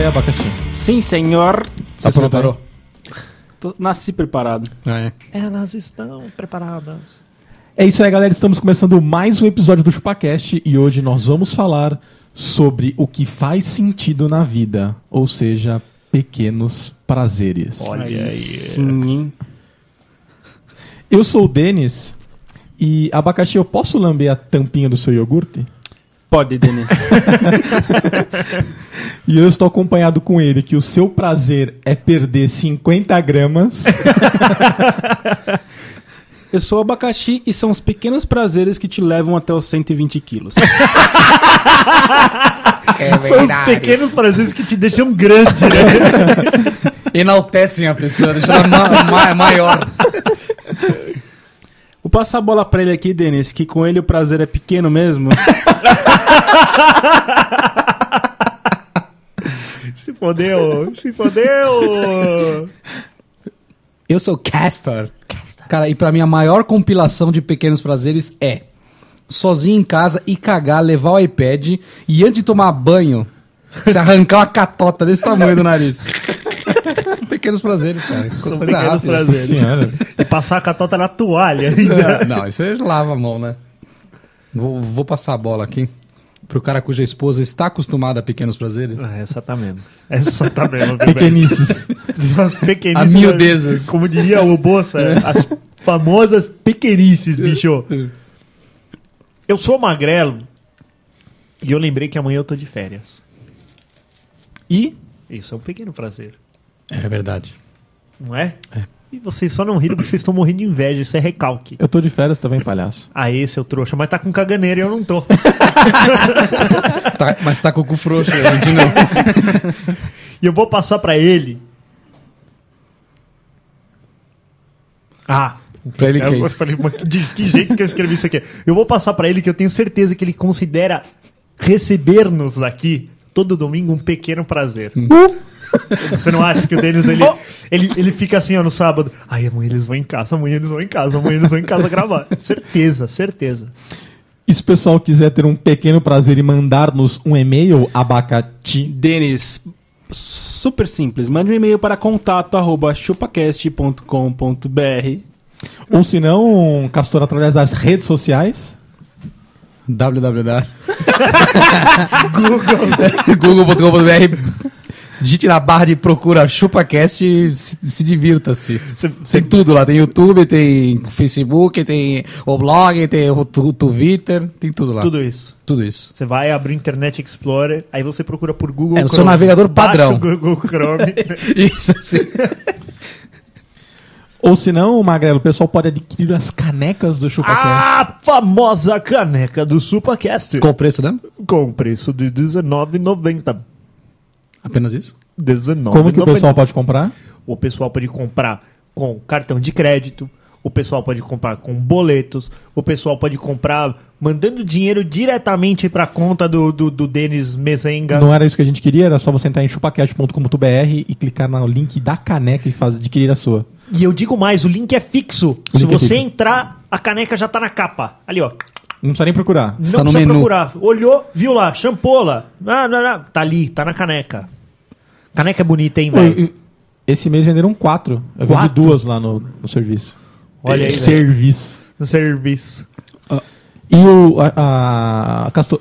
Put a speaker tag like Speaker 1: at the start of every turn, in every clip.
Speaker 1: e abacaxi.
Speaker 2: Sim, senhor.
Speaker 1: Você se preparou?
Speaker 2: Tô- nasci preparado.
Speaker 1: Ah, é.
Speaker 3: Elas estão preparadas.
Speaker 1: É isso aí, galera. Estamos começando mais um episódio do ChupaCast e hoje nós vamos falar sobre o que faz sentido na vida, ou seja, pequenos prazeres.
Speaker 2: Aí Sim, hein?
Speaker 1: Eu sou o Denis e, abacaxi, eu posso lamber a tampinha do seu iogurte?
Speaker 2: Pode, Denis.
Speaker 1: E eu estou acompanhado com ele que o seu prazer é perder 50 gramas.
Speaker 2: Eu sou o abacaxi e são os pequenos prazeres que te levam até os 120 quilos.
Speaker 4: É
Speaker 3: São os
Speaker 4: verdade.
Speaker 3: pequenos prazeres que te deixam grande, né?
Speaker 4: Enaltecem a pessoa, deixam ela ma- ma- maior.
Speaker 2: Vou passar a bola pra ele aqui, Denis, que com ele o prazer é pequeno mesmo.
Speaker 3: Se fodeu, se fodeu.
Speaker 4: Eu sou Castor. Cara, e pra mim a maior compilação de pequenos prazeres é sozinho em casa e cagar, levar o iPad e antes de tomar banho, se arrancar uma catota desse tamanho do nariz. pequenos prazeres, cara.
Speaker 3: São
Speaker 4: Coisa
Speaker 3: pequenos
Speaker 4: rápida.
Speaker 3: prazeres.
Speaker 1: Senhora.
Speaker 3: E passar a catota na toalha ainda.
Speaker 4: É, Não, isso aí lava a mão, né? Vou, vou passar a bola aqui pro cara cuja esposa está acostumada a pequenos prazeres.
Speaker 3: Ah, essa tá mesmo. Essa tá mesmo, meu velho.
Speaker 1: Pequenices.
Speaker 3: As pequenices.
Speaker 4: As miudezas. É.
Speaker 3: Como diria o Bolsa, as famosas pequenices, bicho. Eu sou magrelo e eu lembrei que amanhã eu tô de férias.
Speaker 4: E.
Speaker 3: Isso é um pequeno prazer,
Speaker 4: É verdade.
Speaker 3: não é? E vocês só não riram porque vocês estão morrendo de inveja, isso é recalque.
Speaker 1: Eu tô de férias também, palhaço.
Speaker 3: Ah, esse é o trouxa, mas tá com caganeira e eu não tô.
Speaker 4: Tá- mas tá com o cu frouxo, né? de novo.
Speaker 3: E eu vou passar pra ele. Ah,
Speaker 4: Pra ele quem?
Speaker 3: eu falei, mas que- de que jeito que eu escrevi isso aqui? Eu vou passar pra ele que eu tenho certeza que ele considera receber-nos aqui todo domingo um pequeno prazer.
Speaker 4: Hum.
Speaker 3: Você não acha que o Denis ele, ele, ele fica assim ó, no sábado? Ai, amanhã eles vão em casa, amanhã eles vão em casa, amanhã eles vão em casa gravar. Certeza, certeza.
Speaker 1: E se o pessoal quiser ter um pequeno prazer e mandar-nos um e-mail, abacati.
Speaker 2: Denis, super simples. Mande um e-mail para contato arroba chupacast.com.br.
Speaker 1: Ou se não, Castor, através das redes sociais.
Speaker 4: www. Google. Google.com.br. Digite na barra de procura ChupaCast e se, se divirta-se.
Speaker 3: Você-
Speaker 4: Tem tudo lá. Tem YouTube, tem Facebook, tem o blog, tem o tu- Twitter, tem tudo lá.
Speaker 3: Tudo isso.
Speaker 4: Tudo isso.
Speaker 3: Você vai abrir o Internet Explorer, aí você procura por Google
Speaker 4: É, no seu navegador
Speaker 3: Baixa
Speaker 4: padrão.
Speaker 3: o Google Chrome.
Speaker 4: Isso, sim.
Speaker 1: Ou se não, Magrelo, o pessoal pode adquirir as canecas do ChupaCast.
Speaker 3: A famosa caneca do SupaCast.
Speaker 4: Qual o preço, né?
Speaker 3: Com preço de R$19,90.
Speaker 4: Apenas isso?
Speaker 3: R$19,90.
Speaker 1: Como que o pessoal pode comprar?
Speaker 3: O pessoal pode comprar com cartão de crédito, o pessoal pode comprar com boletos, o pessoal pode comprar mandando dinheiro diretamente pra conta do, do, do Denis Mezenga.
Speaker 1: Não era isso que a gente queria, era só você entrar em chupacast.com.br e clicar no link da caneca e faz, adquirir a sua.
Speaker 3: E eu digo mais, o link é fixo.
Speaker 1: O
Speaker 3: Se
Speaker 1: link é
Speaker 3: você
Speaker 1: fixo.
Speaker 3: entrar, a caneca já tá na capa. Ali, ó.
Speaker 1: Não precisa nem procurar.
Speaker 3: Não
Speaker 4: Está no
Speaker 3: precisa
Speaker 4: menu.
Speaker 3: procurar. Olhou, viu lá, champola. Ah, não, não. Tá ali, tá na caneca. Caneca é bonita, hein,
Speaker 1: Pô,
Speaker 3: velho?
Speaker 1: e- Esse mês venderam quatro. Eu vendi
Speaker 3: Quatro?
Speaker 1: duas lá no, no serviço.
Speaker 3: Olha aí, velho.
Speaker 1: Serviço.
Speaker 3: No serviço.
Speaker 1: E o. A, a- Castor.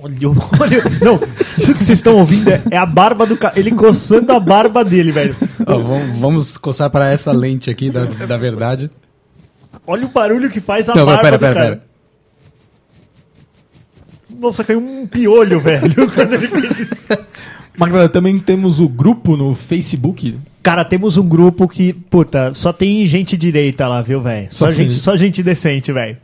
Speaker 3: Olhou, olhou. Não, isso que vocês estão ouvindo é, é a barba do cara. Ele coçando a barba dele, velho.
Speaker 4: Ó, vamos, vamos coçar para essa lente aqui da, da verdade.
Speaker 3: Olha o barulho que faz a
Speaker 4: Não,
Speaker 3: barba
Speaker 4: pera, pera,
Speaker 3: do cara.
Speaker 4: pera.
Speaker 3: Nossa, caiu um piolho, velho, quando ele fez isso.
Speaker 1: Magrelo, também temos o grupo no Facebook.
Speaker 3: Cara, temos um grupo que, puta, só tem gente direita lá, viu, velho? Só,
Speaker 1: Só
Speaker 3: gente,
Speaker 1: sim.
Speaker 3: só gente decente, velho.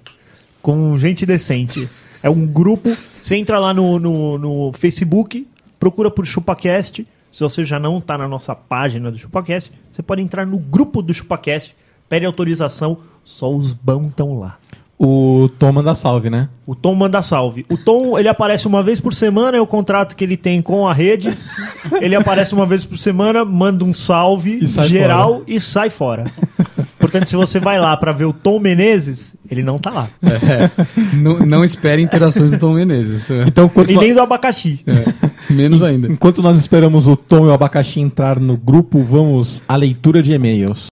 Speaker 3: Com gente decente. É um grupo. Você entra lá no, no, no Facebook, procura por ChupaCast. Se você já não tá na nossa página do ChupaCast, você pode entrar no grupo do ChupaCast, pede autorização, só os bons estão lá.
Speaker 1: O Tom manda salve, né?
Speaker 3: O Tom manda salve. O Tom, ele aparece uma vez por semana, é o contrato que ele tem com a rede. Ele aparece uma vez por semana, manda um salve
Speaker 1: E sai
Speaker 3: geral e sai fora. Porque Portanto, se você vai lá pra ver o Tom Menezes, ele não tá lá.
Speaker 4: Não, não espere interações do Tom Menezes.
Speaker 1: Então, quanto
Speaker 3: E nem do abacaxi.
Speaker 4: É, menos ainda.
Speaker 1: Enquanto nós esperamos o Tom e o Abacaxi entrar no grupo, vamos à leitura de e-mails.